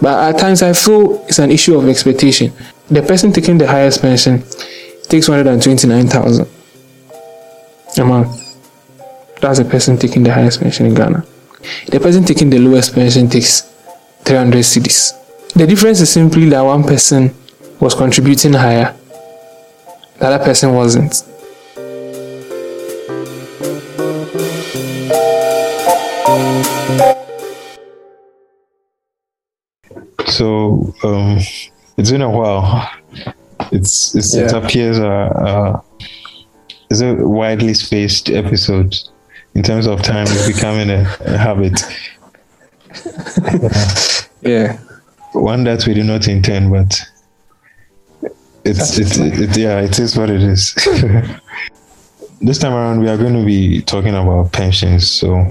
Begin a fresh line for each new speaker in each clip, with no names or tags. But at times I feel it's an issue of expectation. The person taking the highest pension takes 129,000 a month. That's the person taking the highest pension in Ghana. The person taking the lowest pension takes 300 cedis. The difference is simply that one person was contributing higher, the other person wasn't.
So um, it's been a while. It's, it's it
Yeah.
appears a, a it's a widely spaced episode in terms of time. It's becoming a, a habit,
Yeah.
one that we did not intend, but it's it's it, yeah, it is what it is. this time around, we are going to be talking about pensions. So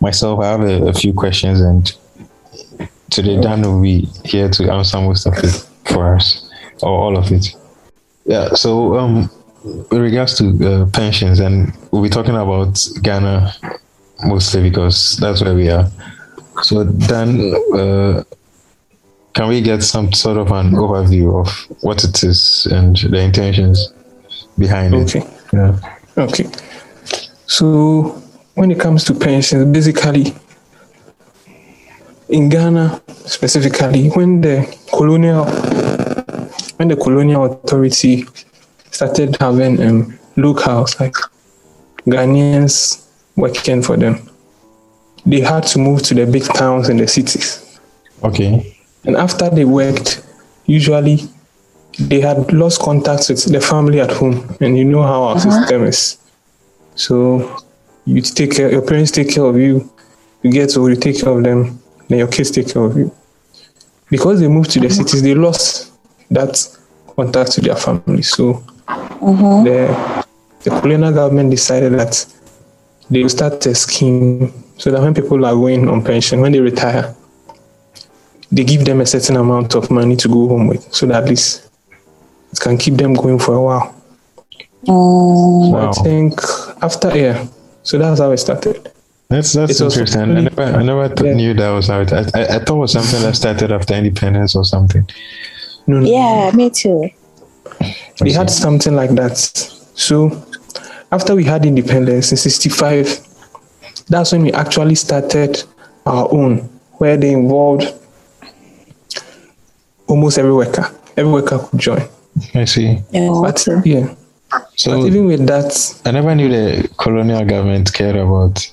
myself, I have a, a few questions, and today Dan will be here to answer most of it for us, or all of it. Yeah. So um, with regards to uh, pensions, and we'll be talking about Ghana mostly because that's where we are. So Dan, uh, can we get some sort of an overview of what it is and the intentions behind
Okay.
it? Yeah.
Okay. So when it comes to pensions, basically in Ghana specifically, when the colonial when the colonial authority started having um locals like Ghanaians working for them, they had to move to the big towns and the cities.
Okay.
And after they worked, usually they had lost contact with the family at home. And you know how our system is. So you take care, your parents take care of you, you get old, you take care of them, then your kids take care of you. Because they moved to the cities, they lost that contact to their family. So the, the colonial government decided that they will start a scheme so that when people are going on pension, when they retire, they give them a certain amount of money to go home with so that at least it can keep them going for a while.
Wow.
I think after yeah, so that's how it started.
That's that's
It was
interesting. I
really-
never, I never th-
Yeah.
knew that was how it. I, I, I thought it was something that started after independence or something.
No, no,
Yeah, me too.
they had something like that. So after we had independence in '65, that's when we actually started our own, where they involved almost every worker. Every worker could join.
I see.
But yeah,
So
but even with that,
I never knew the colonial government cared about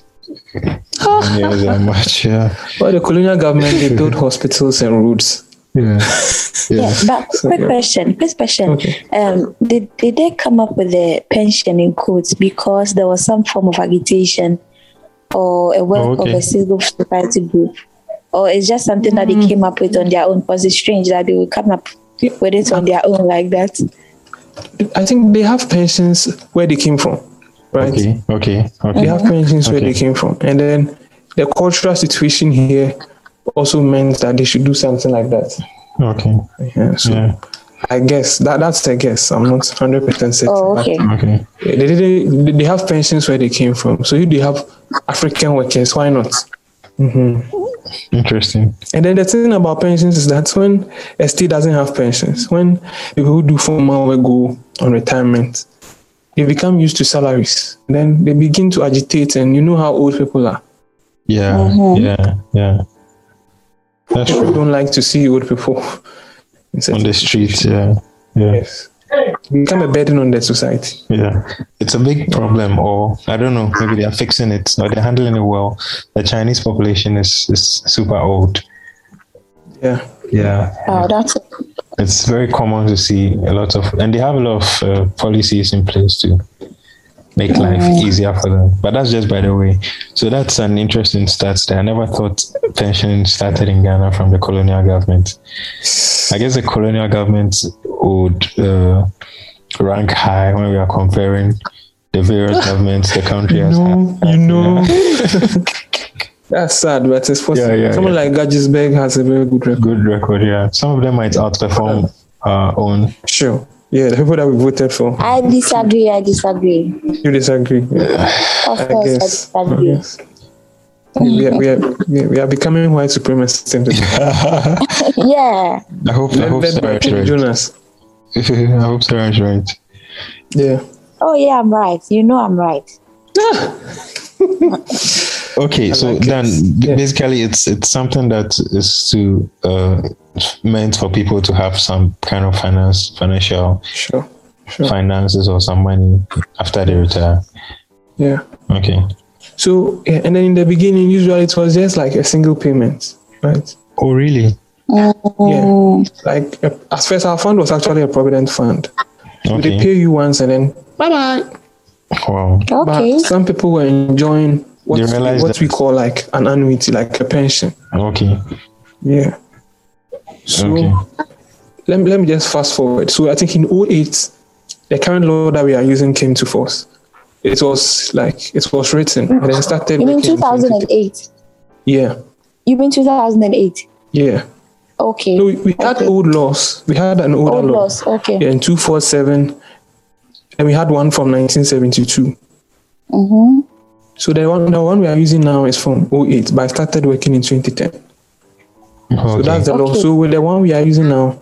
engineers that much. Yeah.
well, the colonial government they built hospitals and roads.
Yeah.
Yeah,
Yeah.
but quick
yeah.
question, quick question.
Okay.
Um, did, did they come up with the pension in quotes because there was some form of agitation or a work
Oh, okay.
of a single society group? Or it's just something that they came up with on their own because it's strange that they would come up with it on their own like that.
I think they have pensions where they came from, right?
Okay. Okay.
They
Okay.
Mm-hmm.
have pensions where
Okay.
they came from, and then the cultural situation here also meant that they should do something like that.
Okay.
Yeah, so
Yeah.
I guess that that's a guess. I'm not hundred percent certain.
Oh,
but
okay.
Okay.
They didn't. They have pensions where they came from. So if they have African workers, why not?
Interesting.
And then the thing about pensions is that when a state doesn't have pensions, when people who do formal work go on retirement, they become used to salaries. Then they begin to agitate, and you know how old people are.
Yeah. Yeah. Yeah. That's true.
People don't like to see old people. in
on
certain-
the street. Yeah, yeah,
Yes. Become a burden on the society.
yeah. It's a big problem, or I don't know. Maybe they are fixing it, or they're handling it well. The Chinese population is is super old.
Yeah.
Yeah,
Oh, that's
it's very common to see a lot of, and they have a lot of uh, policies in place to make life
Mm.
easier for them. But that's just by the way. So that's an interesting stat there. I never thought pension started in Ghana from the colonial government. I guess the colonial government would uh, rank high when we are comparing the various governments the country has had.
you know. That's sad, but it's possible.
Yeah, yeah,
Someone
yeah.
like Gadgesberg has a very good record.
Good record, yeah. Some of them might outperform our own.
Sure. Yeah, the people that we voted for.
I disagree, I disagree.
You disagree. Yeah,
Of
I
course I
guess. I
disagree.
guess. We are, we are, we are- we are becoming white supremacists.
Yeah.
I hope I hope
Led by
Sarah's
Kim
right.
Jonas.
I hope Sarah's right.
Yeah.
Oh yeah, I'm right. You know I'm right.
Okay, so
like it.
Dan, b-
Yeah.
basically, it's it's something that is to uh, meant for people to have some kind of finance, financial
Sure. Sure.
finances or some money after they retire.
Yeah.
Okay.
So yeah, and then in the beginning, usually it was just like a single payment, right?
Oh, really?
Oh.
Yeah. Like uh, as first, our fund was actually a provident fund. They
Okay.
pay you once and then
Wow.
Okay.
But some people were enjoying what,
They realized
what
that-
we call like an annuity, like a pension.
Okay.
Yeah. So
Okay.
let, me- let me just fast forward. So I think in 08, the current law that we are using came to force. It was like, it was written and then started.
You mean
working in
2008?
Yeah.
You mean 2008?
Yeah.
Okay.
No, we, we had
Okay.
old laws. We had an older
Old
law.
laws. Okay.
Yeah, in 247. And we had one from 1972.
Mm-hmm.
So the one, the one we are using now is from 08, but I started working in 2010. So
Okay.
that's the law.
Okay.
So with the one we are using now,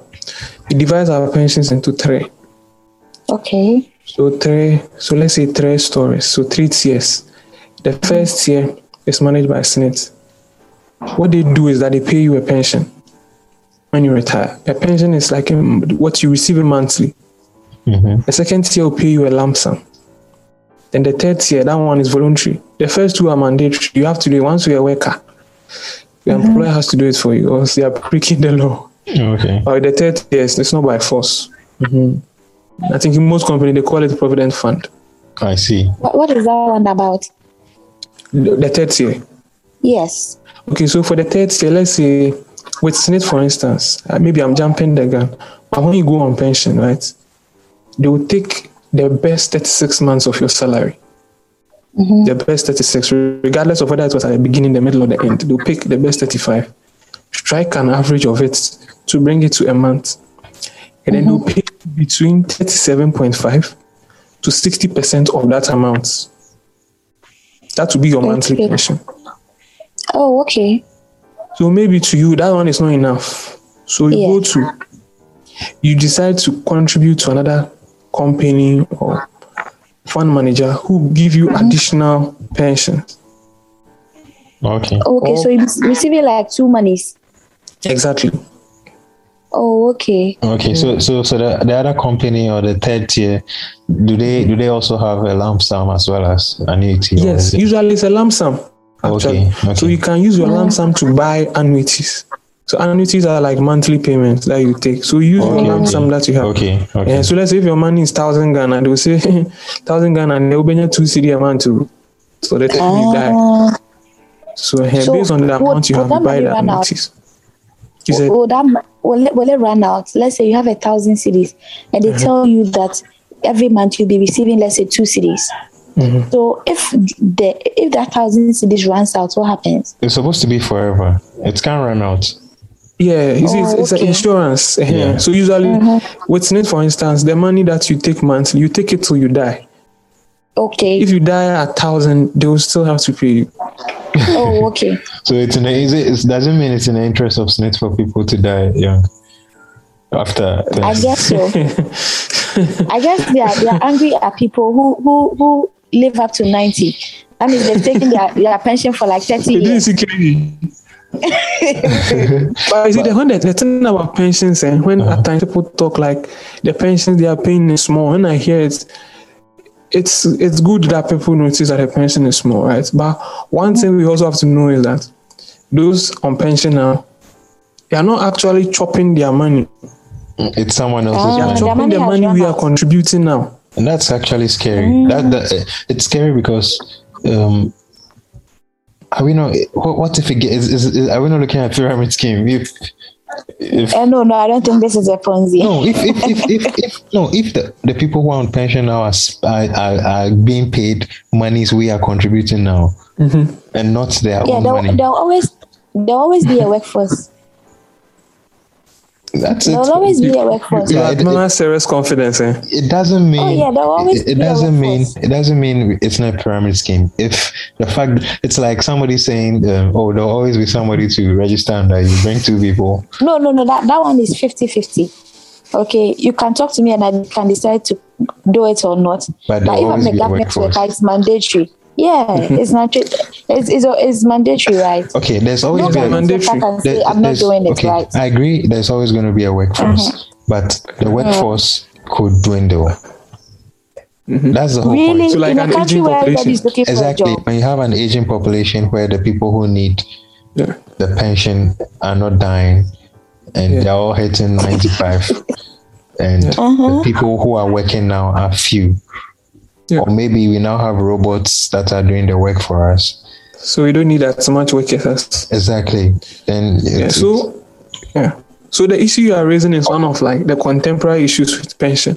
it divides our pensions into three.
Okay.
So three. So let's say three stories. So three tiers. The first tier is managed by Senate. What they do is that they pay you a pension when you retire. A pension is like um, what you receive monthly.
Mhm.
The second tier will pay you a lump sum. Then the third tier, that one is voluntary. The first two are mandatory. You have to do it once you're a worker. Your employer has to do it for you, or else they are breaking the law.
Okay.
Or the third yes, it's not by force. I think in most companies they call it provident fund.
I see.
What, what is that one about?
The the third tier.
Yes.
Okay, so for the third tier, let's say with SNIT, for instance, uh, maybe I'm jumping the gun, but when you go on pension, right, they will take the best 36 months of your salary. The best 36, regardless of whether it was at the beginning, the middle, or the end, they'll pick the best 35, strike an average of it to bring it to a month. And then they'll pay between 37.5 to 60% of that amount. That will be your monthly
Okay.
pension.
Oh, okay.
So maybe to you that one is not enough. So you
Yeah.
go to you decide to contribute to another company or fund manager who give you additional pensions.
Okay.
Okay.
Oh.
So you're receiving like two monies.
Exactly.
Oh, okay.
Okay. So so so the, the other company or the third tier, do they do they also have a lump sum as well as annuity? or
Yes.
is it-
Usually it's a lump sum. Actually.
Okay, okay.
So you can use your lump sum to buy annuities. So annuities are like monthly payments that you take. So you use
Okay,
your lump
okay.
sum that you have.
Okay. Okay.
Yeah, so let's say if your money is thousand Ghana, they will say thousand Ghana, and they will bring you two CD amount to so that you die.
Ah.
So, eh,
So,
based on the
would-
amount you
would
have,
that
you buy
money
the
run out? Oh,
annuities. He said,
will that ma- will it, will it run out? Let's say you have a thousand cities, and
Uh-huh.
they tell you that every month you'll be receiving, let's say, two cities.
Mm-hmm.
So if the if that thousand cities runs out, what happens?
It's supposed to be forever. It can run out.
yeah, you see, it's, it's
oh. okay. Mm-hmm.
an insurance. eh,
Yeah.
So usually, with SNIT, for instance, the money that you take monthly, you take it till you die.
Okay.
If you die at thousand, they will still have to pay you.
oh, okay.
So it's in the, is it, it doesn't mean it's in the interest of SNIT for people to die young after.
I
pension.
guess so. I guess they are, they are angry at people who who who live up to ninety. That means they've taken their, their pension for like thirty
It
years.
is security. but you see, the, when the, the thing about pensions, and when
Uh-huh.
at times people talk like the pensions they are paying is small, when I hear it, it's it's good that people notice that the pension is small, right? But one thing we also have to know is that those on pension now, they are not actually chopping their money.
it's someone else's
They
Ah,
are
Their
money.
chopping
money
the
has
money
run
we are
out.
contributing now.
And that's actually scary.
Mm.
That, that it's scary because um, are we not? What, what if it get, is, is, is- Are we not looking at pyramid scheme? If if
Eh, no, no, I don't think this is a Ponzi.
no, if if, if, if, if no, if the, the people who are on pension now are s- are, are, are being paid monies we are contributing now, and not their
yeah,
own
there,
money.
will always there will always be a workforce.
That's
There
it.
will always be a workforce.
you-
You
Yeah, it-
admire Sarah's confidence, eh?
it doesn't mean
Oh, yeah, there will always
it, it
be a
doesn't mean
workforce.
it doesn't mean it's not a pyramid scheme if the fact it's like somebody saying um, oh there'll always be somebody to register under you bring two people
No, no, no. That, that one is 50 50. Okay, you can talk to me and I can decide to do it or not.
But there will
like if I'm
always
the
be a
government
workforce.
worker, it's mandatory. Yeah, it's not. It's, it's, it's mandatory, right?
okay there's always
No
be a,
man,
government worker
mandatory.
can
there-
say, I'm not
there's-
doing it
okay,
right. Uh-huh.
I agree there's always going to be a workforce but the workforce could dwindle
Mm-hmm.
that's the whole
Really,
point
So like
in
an
a country
aging
where
population.
everybody's looking for
exactly
a job.
when you have an aging population where the people who need
Yeah.
the pension are not dying and
Yeah.
they're all hitting 95 and
Uh-huh.
the people who are working now are few
Yeah.
or maybe we now have robots that are doing the work for us
So we don't need as much workers as
exactly then
Yeah,
it's-
so yeah. So the issue you are raising is one of like the contemporary issues with pension,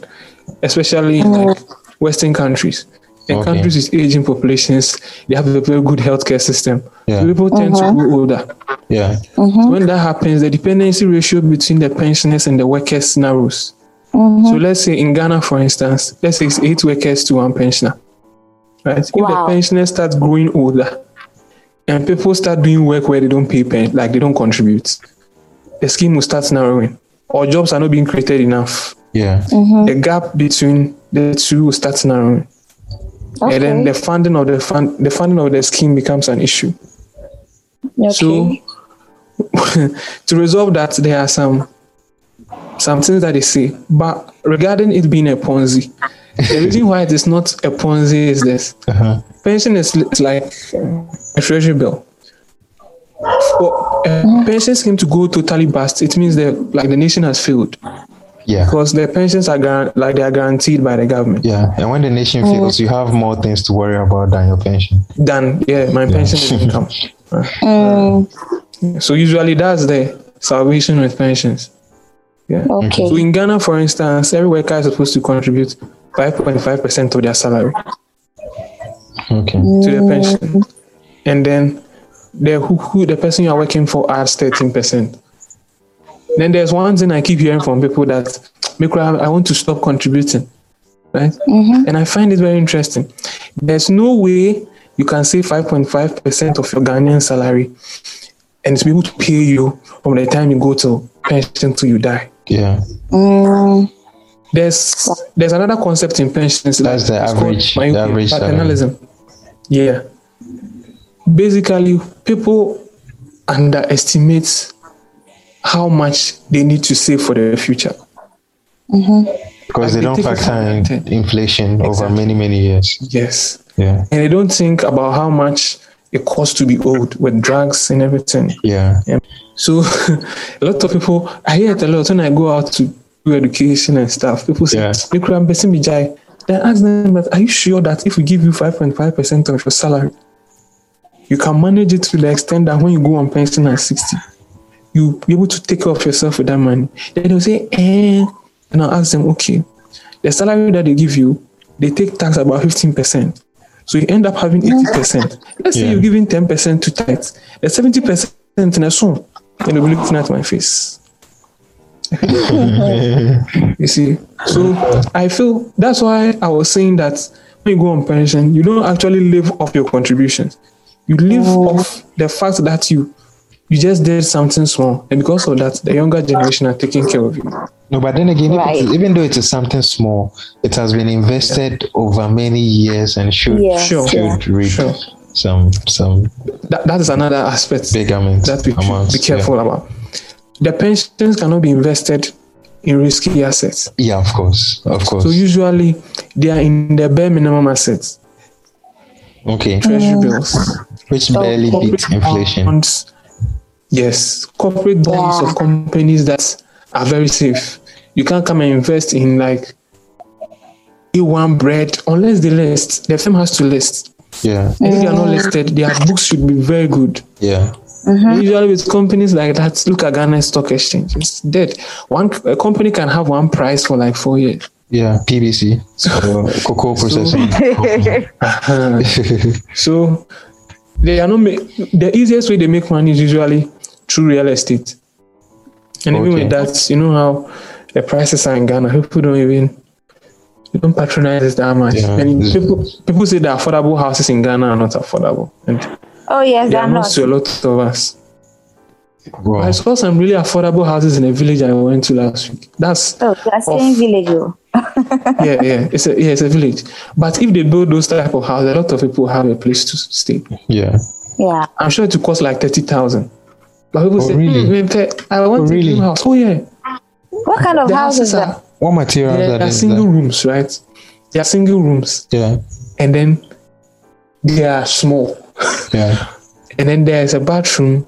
especially in like Western countries. And
Okay.
countries with aging populations, they have a very good healthcare system.
Yeah.
So people tend to grow older.
yeah
So when that happens, the dependency ratio between the pensioners and the workers narrows.
Mm-hmm.
So let's say in Ghana, for instance, let's say it's eight workers to one pensioner. Right? If
Wow.
the pensioners start growing older and people start doing work where they don't pay pen, like they don't contribute, the scheme will start narrowing. Or jobs are not being created enough.
yeah
Mm-hmm.
The gap between the two will start narrowing.
Okay.
And then the funding of the fund the funding of the scheme becomes an issue.
okay.
So to resolve that, there are some some things that they say. But regarding it being a Ponzi, the reason why it is not a Ponzi is this:
uh-huh.
pension is li- like a treasury bill. For a pension scheme to go totally bust, it means that like the nation has failed
yeah
because the pensions are guaran- like they are guaranteed by the government.
yeah and when the nation fails
Oh,
you have more things to worry about than your pension
Done. Yeah, my pension is income. Uh,
Mm,
So usually that's the salvation with pensions. Yeah.
okay.
So in Ghana, for instance, every worker is supposed to contribute 5.5% of their salary
okay
to their pension. And then the who, who the person you are working for adds 13%. Then there's one thing I keep hearing from people that Mikra, I want to stop contributing. Right? And I find it very interesting. There's no way you can save 5.5% of your Ghanaian salary and it's able to pay you from the time you go to pension till you die.
yeah
Mm,
there's there's another concept in pensions
That's the
it's called
average- the
myopia,
average uh, salary.
paternalism yeah basically people underestimate how much they need to save for their future
because
Like,
they don't
they take
factor in
it for granted.
inflation over many many years
yes
yeah
and they don't think about how much it costs to be old with drugs and everything
yeah
So a lot of people, I hear it a lot when I go out to do education and stuff. People say,
Yeah.
"Mikra, I'm person Bijai." Then I ask them, "But are you sure that if we give you 5.5 percent of your salary, you can manage it to the extent that when you go on pension at 60, you be able to take care of yourself with that money?" Then they'll say, "Eh," and I will ask them, "Okay, the salary that they give you, they take tax about 15 percent." So you end up having 80%. Let's say
Yeah.
you're giving 10% to tithes. The 70% in a sum. And you'll be looking at my face. you see? So I feel that's why I was saying that when you go on pension, you don't actually live off your contributions. You live off the fact that you you just did something small. And because of that, the younger generation are taking care of you.
No, but then again, if it is-
Right.
even though it is something small, it has been invested over many years and should
Yeah.
Sure.
should reap
Sure.
some some
That, that is another aspect.
big amount.
that we should
amounts.
be careful about. The pensions cannot be invested in risky assets.
Yeah. yeah, of course, of course.
So usually they are in the bare minimum assets,
okay,
Mm.
treasury bills,
which barely
Okay.
beats inflation.
bonds. Yes, corporate bonds
Yeah.
of companies that are very safe. You can't come and invest in like A1 bread unless they list. The firm has to list.
Yeah,
And if they are not listed, their books should be very good.
Mm.
yeah, Hmm?
Usually, with companies like that, look at Ghana Stock Exchange. It's dead. One a company can have one price for like four years.
yeah. PVC, so, cocoa processing. Uh-huh.
So they are not. Ma- the easiest way they make money is usually through real estate. And even
Okay.
with that, you know how the prices are in Ghana. People don't even they don't patronize it that much.
Yeah,
and
this-
people people say that affordable houses in Ghana are not affordable. And
Oh yes,
they are
they're
not
not.
to a lot of us. I
Wow.
saw some really affordable houses in a village I went to last week. That's
Oh, they're saying
Off.
village. oh.
yeah, yeah. It's a yeah, it's a village. But if they build those type of houses, a lot of people have a place to stay.
Yeah.
Yeah.
I'm sure it will cost like thirty thousand. But people
Oh,
say,
really?
"Hmm, Mpe, I want
Oh,
a
really?
dream house. Oh yeah.
What kind of
The
house
houses
is that?
are
What materials
they
are
are
there?
single rooms, right? They are single rooms,
Yeah.
and then they are small,
Yeah.
and then there is a bathroom,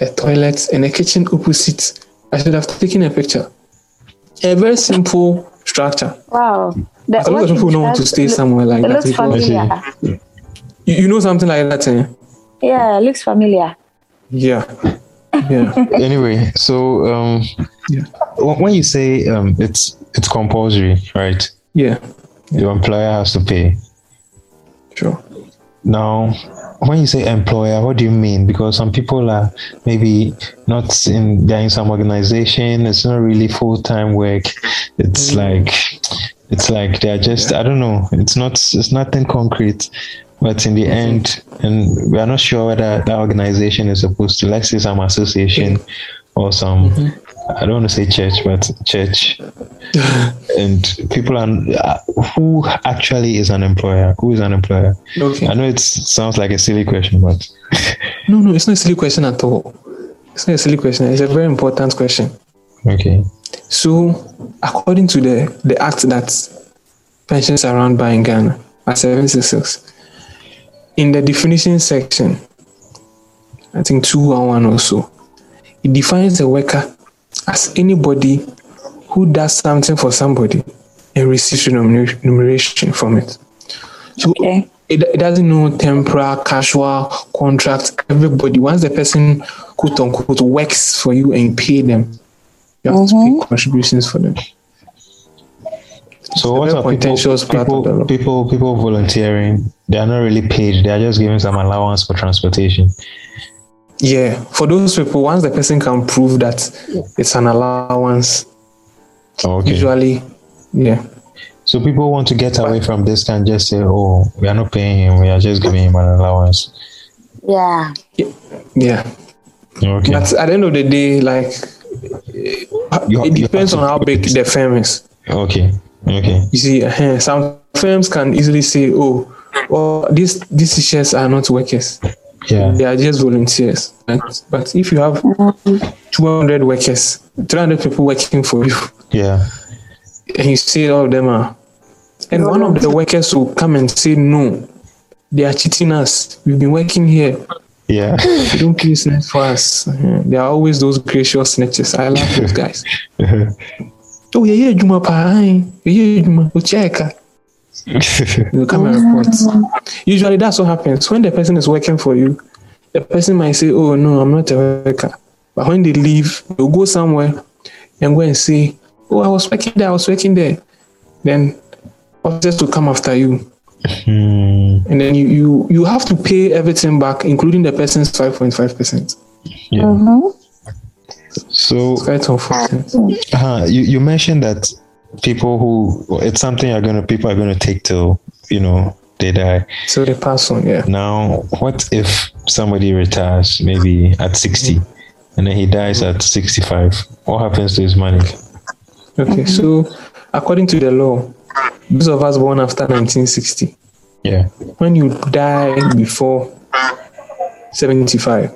a toilet, and a kitchen opposite. I should have taken a picture. A very simple structure.
Wow. The,
But a lot of
what
people
you
don't want to
just-
stay
look-
somewhere like
It
that.
looks
because-
familiar.
You, you know something like that, eh?
Yeah, it looks familiar.
Yeah, yeah.
anyway, so um,
Yeah.
wh- when you say um, it's it's compulsory, right?
Yeah,
Your employer has to pay.
sure.
Now, when you say employer, what do you mean? Because some people are maybe not in they're in some organization. It's not really full time work. It's like it's like they're just I don't know. It's not it's nothing concrete. But in the end, and we are not sure whether that organization is supposed to, let's say, some association or some, I don't want to say church, but church. and people are, uh, who actually is an employer? Who is an employer?
Okay.
I know it sounds like a silly question, but
No, no, it's not a silly question at all. It's not a silly question. It's a very important question.
okay.
So, according to the, the act that pensions are run by in Ghana, at 766, in the definition section, I think 211 or so, it defines a worker as anybody who does something for somebody and receives remunera- remuneration from it. So,
Okay.
it, it doesn't know temporal, casual, contract, everybody. Once the person, quote unquote, works for you and you pay them, you have to pay contributions for them.
So what
very
are people,
contentious part of the
people
law.
people people volunteering? They are not really paid. They are just given some allowance for transportation.
Yeah, for those people, once the person can prove that it's an allowance,
Oh, Okay.
usually, yeah.
So people want to get away from this and just say, "Oh, we are not paying him. We are just giving him an allowance."
Yeah.
Yeah,
Okay.
but at the end of the day, like
You-
it
you
depends
have
on
to-
how big the firm is.
Okay. Okay.
You see, eh, some firms can easily say, "Oh, oh, these these teachers are not workers;
Yeah.
they are just volunteers." Right? But if you have 200 workers, 300 people working for you,
Yeah.
and you see all of them are. And one of the workers will come and say, No, they are cheating us. We've been working here.
Yeah.
They don't pay snitch for us. Yeah, There are always those gracious snitches. I love those guys. oh, yeah, yeah, Juma pa. aye. Yeah, yeah, Juma. Oh, check. They'll come and report. Usually that's what happens. When the person is working for you, the person might say, Oh, no, I'm not a worker. But when they leave, they'll go somewhere and go and say, Oh, I was working there. I was working there. Then officers will come after you
Hmm.
and then you you, you have to pay everything back, including the person's five point five percent.
Yeah.
Mm-hmm.
So
It's quite unfortunate.
Uh, you, you mentioned that people who it's something are gonna people are gonna take till you know they die.
So they pass on, yeah.
Now, what if somebody retires maybe at sixty, and then he dies at sixty-five? What happens to his money?
Okay, so according to the law, those of us born after 1960,
Yeah,
when you die before 75,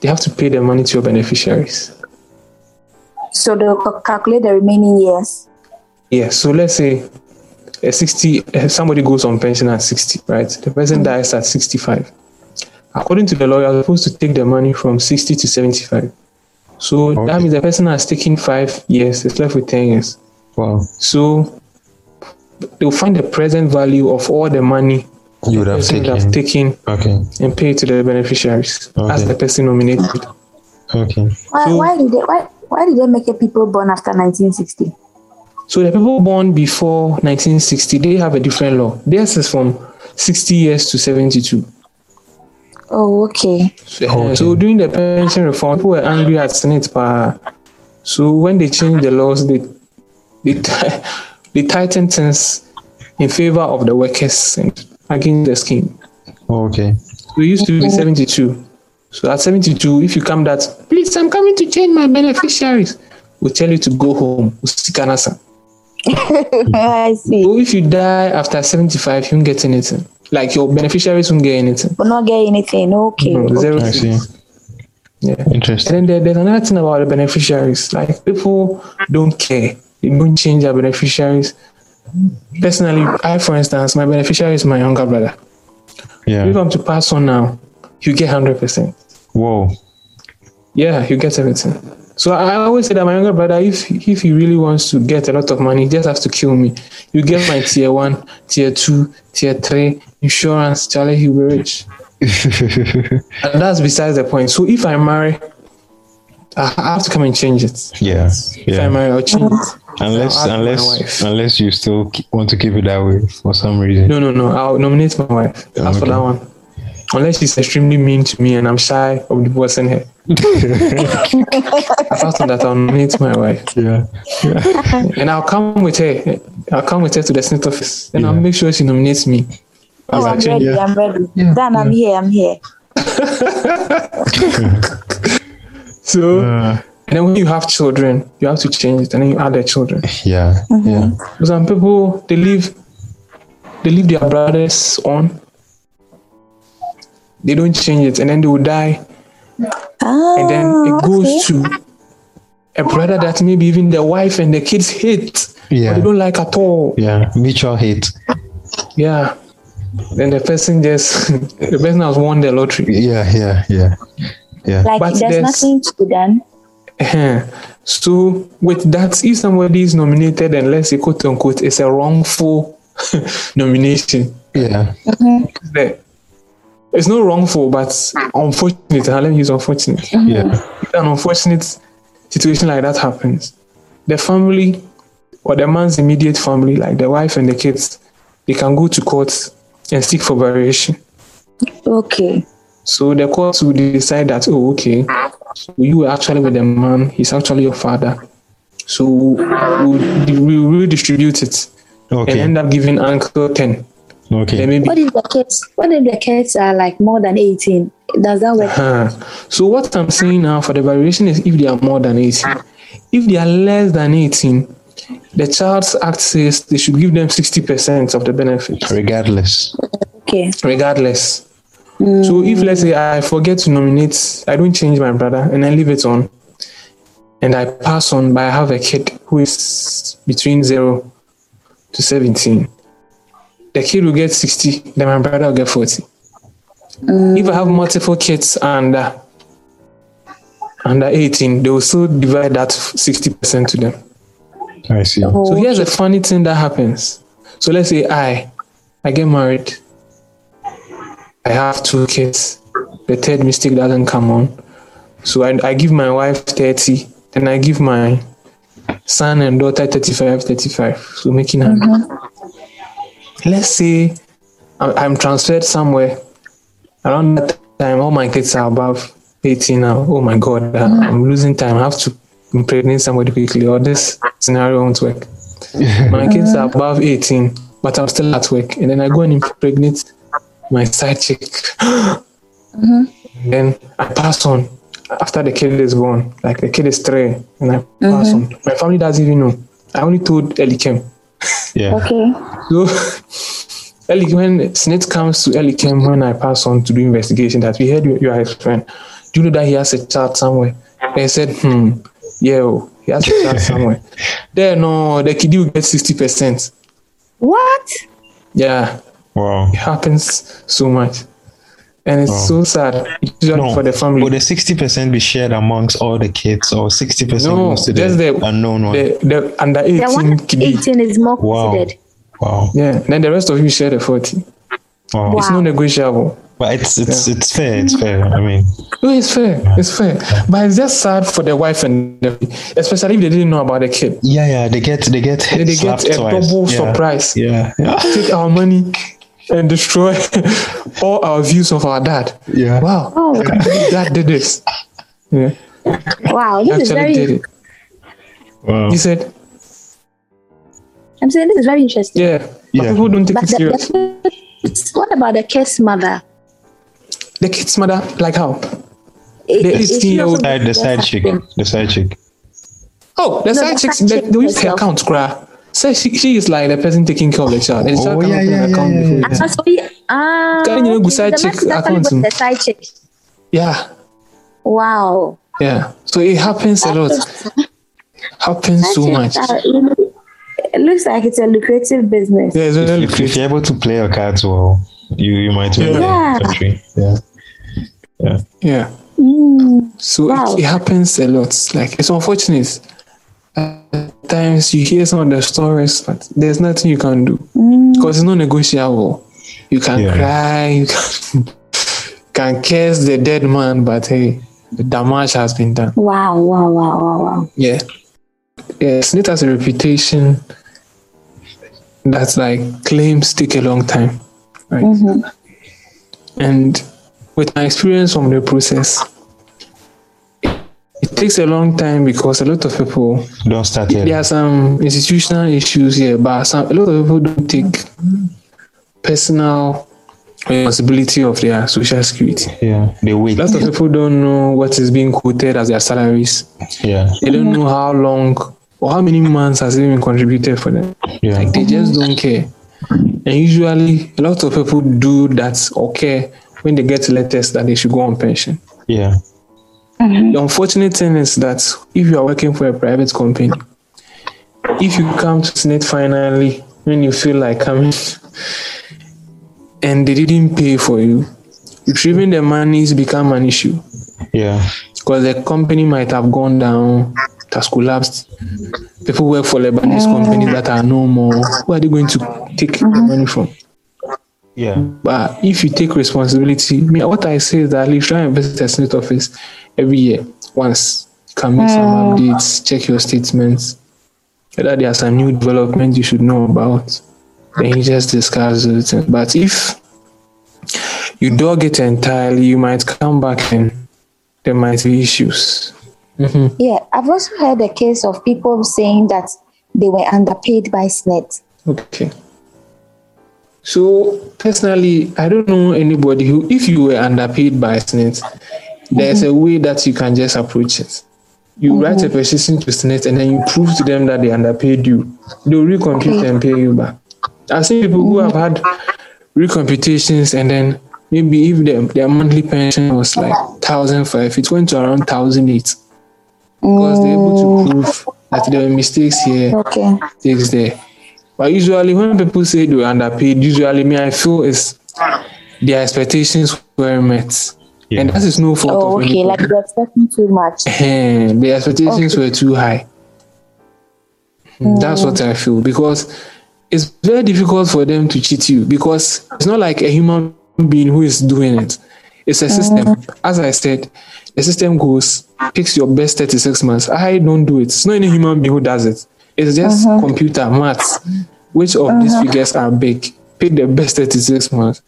they have to pay the money to your beneficiaries.
So they'll cal- calculate the remaining years.
Yeah, so let's say a 60, eh, somebody goes on pension at 60, right? The person dies at 65. According to the law, you're supposed to take the money from 60 to 75. So
Okay.
that means the person has taken five years, it's left with 10 years.
wow,
So they'll find the present value of all the money
you would have
person would
taken.
have taken
Okay,
and paid to the beneficiaries
Okay.
as the person nominated.
okay,
Why,
So-
why did they why why did they make it people born after 1960?
So the people born before 1960, they have a different law. Theirs is from 60 years to 72.
Oh, okay.
Uh,
Okay.
So during the pension reform, people were angry at Senate, but So when they changed the laws, they they, t- they tightened things in favor of the workers and against the scheme.
Oh, okay.
We used to be 72. So at 72, if you come that, please, I'm coming to change my beneficiaries, we'll tell you to go home. We'll seek an answer.
I see.
So if you die after 75, you won't get anything. Like your beneficiaries won't get anything.
But not get anything. Okay.
No,
okay.
zero
I see.
cents. Yeah.
Interesting.
And then there, there's another thing about the beneficiaries. Like people don't care. They don't change their beneficiaries. Personally, I, for instance, my beneficiary is my younger brother. If
Yeah.
I'm to pass on now, you get hundred percent.
Whoa.
Yeah, you get everything. So I I always say that my younger brother, if if he really wants to get a lot of money, he just have to kill me. You get my tier one, tier two, tier three insurance. Charlie, he'll be rich. And that's besides the point. So if I marry, I I have to come and change it.
yeah.
If I
Yeah.
marry, I'll change it.
Unless
I'll ask my
unless
wife.
unless you still k- want to keep it that way for some reason.
No, no, no. I'll nominate my wife. As for
Okay.
that one. Unless she's extremely mean to me and I'm shy of divorcing her. Apart from that, I'll nominate my wife.
Yeah.
And I'll come with her. I'll come with her to the Senate office. And I'll
Yeah.
make sure she nominates me.
Oh, I'm
Exactly.
ready. I'm ready. Dan, I'm here. I'm here.
So,
Uh,
and then when you have children, you have to change it. And then you add their children.
yeah. Yeah.
Mm-hmm.
Some people, they leave, they leave their brothers on. They don't change it. And then they will die.
Ah,
and then it goes
okay.
to a brother that maybe even the wife and the kids hate or
Yeah.
they don't like at all.
Yeah. Mutual hate.
Yeah. Then the person just the person has won the lottery.
Yeah. Yeah. Yeah. Yeah.
Like
but
there's,
there's-
nothing to be done.
Ehem. so with that, if somebody is nominated and let's say quote unquote it's a wrongful nomination.
Yeah.
It's there. It's not wrongful, but unfortunate. Let me use unfortunate.
Mm-hmm.
Yeah.
if an unfortunate situation like that happens, the family or the man's immediate family, like the wife and the kids, they can go to court and seek for variation.
Okay.
So the court will decide that, oh, okay, so you were actually with the man, he's actually your father. So we'll, we'll redistribute it and
Okay.
end up giving uncle 10. Then
Okay.
maybe
What if the kids? What if the kids are like more than eighteen? Does that work?
Huh. So what I'm saying now for the variation is if they are more than 18. If they are less than 18, the Child's Act says they should give them 60% of the benefits,
Regardless.
Okay.
regardless. So if let's say I forget to nominate, I don't change my brother and I leave it on, and I pass on, but I have a kid who is between zero to 17. The kid will get 60, then my brother will get 40. If I have multiple kids uh, under under 18, they will still divide that 60% to them.
I see.
Mm-hmm.
So here's a funny thing that happens. So let's say I, I get married. I have two kids. The third mistake doesn't come on. So I, I give my wife 30, then I give my son and daughter 35, 35. So making 100. Let's say I, I'm transferred somewhere around that time. All my kids are above 18 now. Oh my God, I- I'm losing time. I have to impregnate somebody quickly, or this scenario won't work my kids are above 18, but I'm still at work. And then I go and impregnate my side chick. And then I pass on after the kid is born. Like the kid is three, and I pass on. My family doesn't even know. I only told Elikem.
Yeah.
Okay.
So, Eli, when Snit comes to Elikem, when I pass on to do investigation, that we heard you, you are his friend. Do you know that he has a child somewhere? They said, hmm, yeah, oh, he has a child somewhere. Then, no, the kid will get 60%.
What?
Yeah,
Wow.
it happens so much, and it's so sad usually for the family.
Would Oh. the sixty percent be shared amongst all the kids, or sixty percent
no,
goes
just
to the,
the
unknown one?
the, the under
The one
eighteen kiddie.
eighteen is more
Wow.
considered.
wow,
Yeah, then the rest of you share the forty.
wow!
Wow.
It's not negotiable.
But it's it's it's fair. It's fair. I mean,
No, it's fair. It's fair, but it's just sad for the wife and the, especially if they didn't know about the kid.
yeah, yeah. They get they get
Then
hit,
they
slapped
get a
twice.
double
yeah.
surprise.
Yeah, yeah,
Take our money and destroy all our views of our dad.
yeah.
Wow,
Oh
dad did this. Yeah,
wow! This is
actually did
very
it.
Wow.
He said,
I'm saying this is very interesting.
yeah, but
Yeah.
people don't take
But
it
the,
serious.
the kids- what about the kid's mother?
The kid's mother, like how?
I-
The
is she
18-year-old-
also
Side- the
doing
side
that
chick.
thing?
The side chick.
Oh, the
No,
side
the
chicks,
side
they,
chick
they use her
herself.
account, gra. So she, she is like the person taking care of the child. And the child
Oh,
can
yeah,
open
yeah,
the
yeah,
account
yeah,
before.
yeah.
the time.
Ah, so yeah. Ah,
Can you know good side
the man
chicks
is actually
account?
with the side chick.
Yeah,
Wow.
yeah. So it happens a lot. Happens so
Side
much.
chicks are really- it looks like it's a lucrative business.
Yeah, it's very
If, if
lucrative.
you're able to play your cards well, you, you might win
Yeah.
the country. Yeah. Yeah.
Yeah.
Mm,
So
Wow.
it, it happens a lot. Like it's unfortunate. At times you hear some of the stories, but there's nothing you can do because it's not negotiable. You can
Yeah.
cry, you can, can curse the dead man, but hey, the damage has been done.
wow, wow, wow, wow, wow.
Yeah, yeah. Snit has a reputation that's like claims take a long time, right? And with my experience from the process, it takes a long time because a lot of people
Don't start early.
there are some institutional issues here, but some a lot of people don't take personal responsibility of their social security.
Yeah. They wait.
A lot of people don't know what is being quoted as their salaries.
Yeah.
They don't know how long or how many months has it been contributed for them.
Yeah.
Like they just don't care. And usually a lot of people do that or care when they get letters that they should go on pension.
Yeah.
The unfortunate thing is that if you are working for a private company, if you come to SNET finally when you feel like coming and they didn't pay for you, retrieving the monies become an issue
Yeah.
because the company might have gone down, it has collapsed. People work for Lebanese companies that are no more. Who are they going to take the money from?
Yeah.
But if you take responsibility, me, what I say is that at least try and visit the Senate office every year once. You can make some updates, check your statements, whether there are some new developments you should know about. Then you just discuss it. But if you dog it entirely, you might come back and there might be issues.
Yeah, I've also heard a case of people saying that they were underpaid by SNET.
Okay. So personally, I don't know anybody who, if you were underpaid by SNET, there's a way that you can just approach it. You write a petition to SNET and then you prove to them that they underpaid you. They'll recompute and pay you back. I've seen people who have had recomputations and then maybe if their, their monthly pension was like thousand five, it went to around thousand eight. Because they're able to prove that there were mistakes here,
Okay.
takes there. But usually, when people say they were underpaid, usually me I feel is their expectations were met,
Yeah.
and that is no fault
Oh,
of
okay. Like
anybody.
you're expecting too much.
Ehem, the expectations were too high. That's what I feel because it's very difficult for them to cheat you because it's not like a human being who is doing it. It's a system. As I said, the system goes, picks your best 36 months. I don't do it. It's not any human being who does it. It's just computer maths. Which of these figures are big? Pick the best 36 months,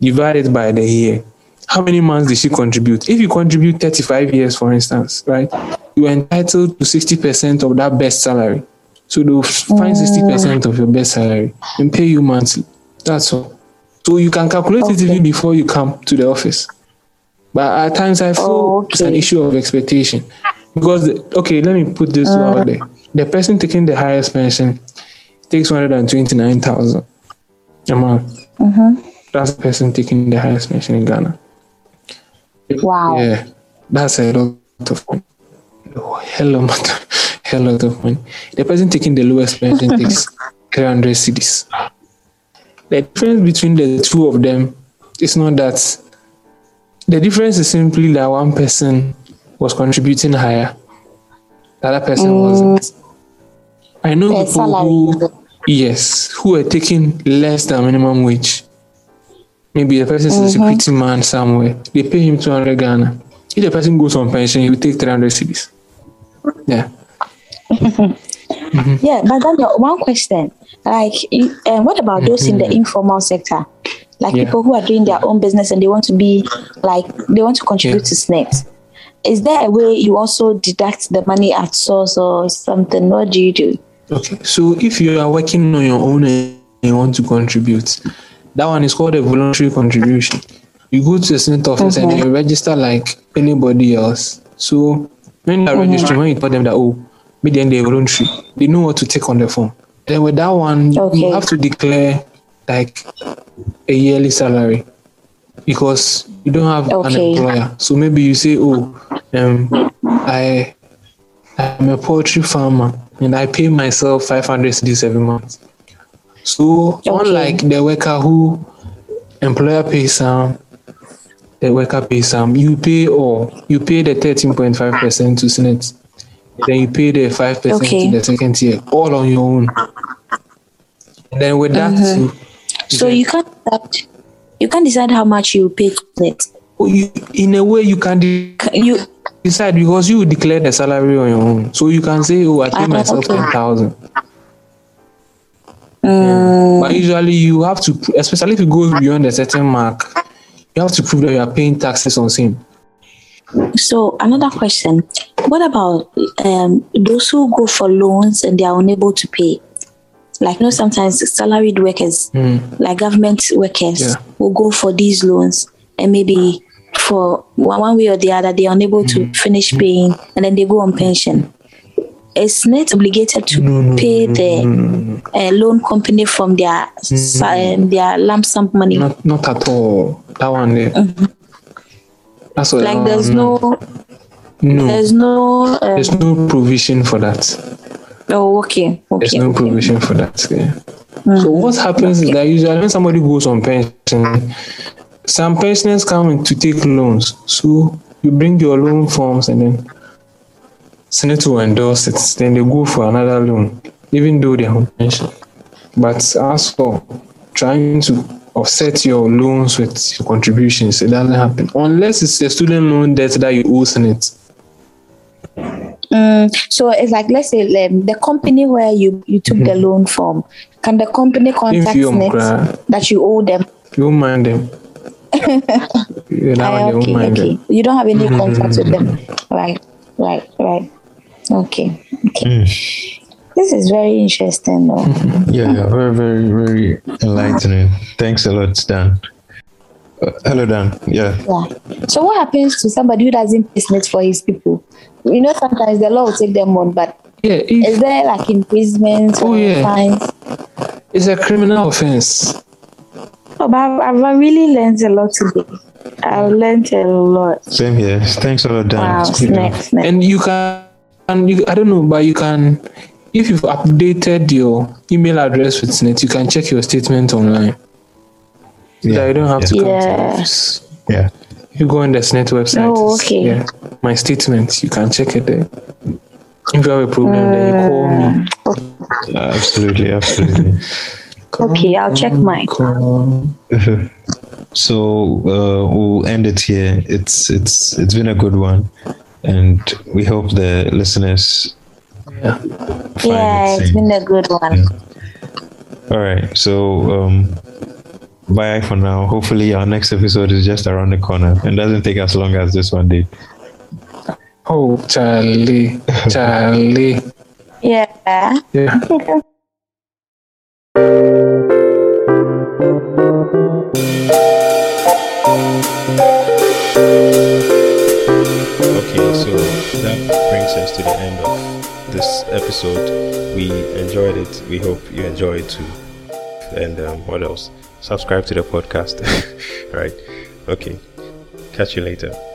divide it by the year. How many months did she contribute? If you contribute 35 years, for instance, right, you are entitled to 60% of that best salary. So they'll f- find 60% of your best salary and pay you monthly. That's all. So you can calculate it even before you come to the office. But at times I feel
Oh,
it's an
okay.
issue of expectation. Because, the, okay, let me put this out there. The person taking the highest pension takes 129,000 a month. That's the person taking the highest pension in Ghana.
Wow.
Yeah, that's a lot of money. Oh, hell of money. hell lot of money. The person taking the lowest pension takes 300 cities. The difference between the two of them is not that. The difference is simply that one person was contributing higher, the other person wasn't. I know
Their
people who, yes, who are taking less than minimum wage. Maybe the person is a security man somewhere. They pay him 200 Ghana. If the person goes on pension, he will take 300 cities. Yeah. Mm-hmm.
Yeah, but then the one question, like, you- um, what about those in the informal sector, like
Mm-hmm. Yeah.
people who are doing their own business and they want to be, like, they want to contribute to SNET. is there a way you also deduct the money at source or something? What do you do?
Okay. So if you are working on your own and you want to contribute, that one is called a voluntary contribution. You go to the Senate office and
Mhm.
you register like anybody else. So when they are registering, when you tell them that oh, me then they voluntary, they know what to take on the form. Then with that one,
Okay.
you have to declare like a yearly salary because you don't have an
Okay.
employer. So maybe you say, oh, um, I I'm a poultry farmer and I pay myself 500 cedis every month. So unlike the worker who employer pays some, the worker pays some, you pay all. You pay the 13.5% to Senate. Then you pay the 5%
Okay.
to the second tier, all on your own. And then with that, you-
Mm-hmm. So you can't adapt- you can't decide how much you pay for it.
you, in a way, you can de-
Can You
decide because you declare the salary on your own. So you can say, oh, I pay
Ah,
myself
okay.
10,000.
mm,
But usually you have to, pr- especially if it goes beyond a certain mark, you have to prove that you are paying taxes on same.
so another question: What about um, those who go for loans and they are unable to pay? Like you know, sometimes salaried workers, like government workers,
Hmm. Yeah.
will go for these loans and maybe for one, one way or the other they are unable
Hmm.
to finish paying and then they go on pension. Is not obligated to pay the uh, loan company from their sa- um, their lump sum money?
Hmm. Not not at all. That one there. That's what
Mm-hmm. like there's
um,
no
no
there's no uh,
there's no provision for that.
oh okay okay Hmm.
There's no
okay.
provision for that. yeah. So what happens is that usually when somebody goes on pension, some pensioners come in to take loans. So you bring your loan forms and then Senate will endorse it. Then they go for another loan, even though they're on pension. But as for trying to offset your loans with your contributions, it doesn't happen unless it's a student loan debt that you owe Senate.
Mm, so it's like let's say um, the company where you you took the loan from can the company contact
Mm-hmm. you, um,
it
cry.
that you owe them
You won't mind them. yeah, that
Ah,
one, they won't
okay
mind Mm-hmm.
okay
them.
you don't have any contact with them right right right okay okay
Mm.
this is very interesting though
Mm-hmm.
Yeah, yeah, very, very, very enlightening. Thanks a lot, Dan. Uh, hello, Dan. Yeah.
Yeah. So what happens to somebody who doesn't pay Senate for his people? You know, sometimes the law will take them on, but
Yeah, if
is there like imprisonment
Oh,
or
yeah.
fines?
It's a criminal offense.
Oh, but I've, I've really learned a lot today. I've learned a lot.
Same here. Thanks a lot, Dan.
Wow,
It's good to-
snap, snap.
And you can, and you, I don't know, but you can, if you've updated your email address with Senate, you can check your statement online.
Yeah,
that you don't have to
yeah,
come to the
Yeah.
office.
Yeah.
You go on the Senate website.
Oh,
it's-
okay.
Yeah, my statement, you can check it there. If you have a problem, then you call me.
Uh, Absolutely, absolutely.
Call,
Okay, I'll check mine.
Call.
so uh, we'll end it here. It's it's it's been a good one, and we hope the listeners.
Yeah.
find
Yeah,
it
it's
same.
been a good one.
All right. So um, bye for now. Hopefully, our next episode is just around the corner and doesn't take as long as this one did.
Oh, Charlie, Charlie.
Yeah.
Yeah.
Okay, so that brings us to the end of this episode. We enjoyed it. We hope you enjoy it too. And um, what else? Subscribe to the podcast. right. Okay. Catch you later.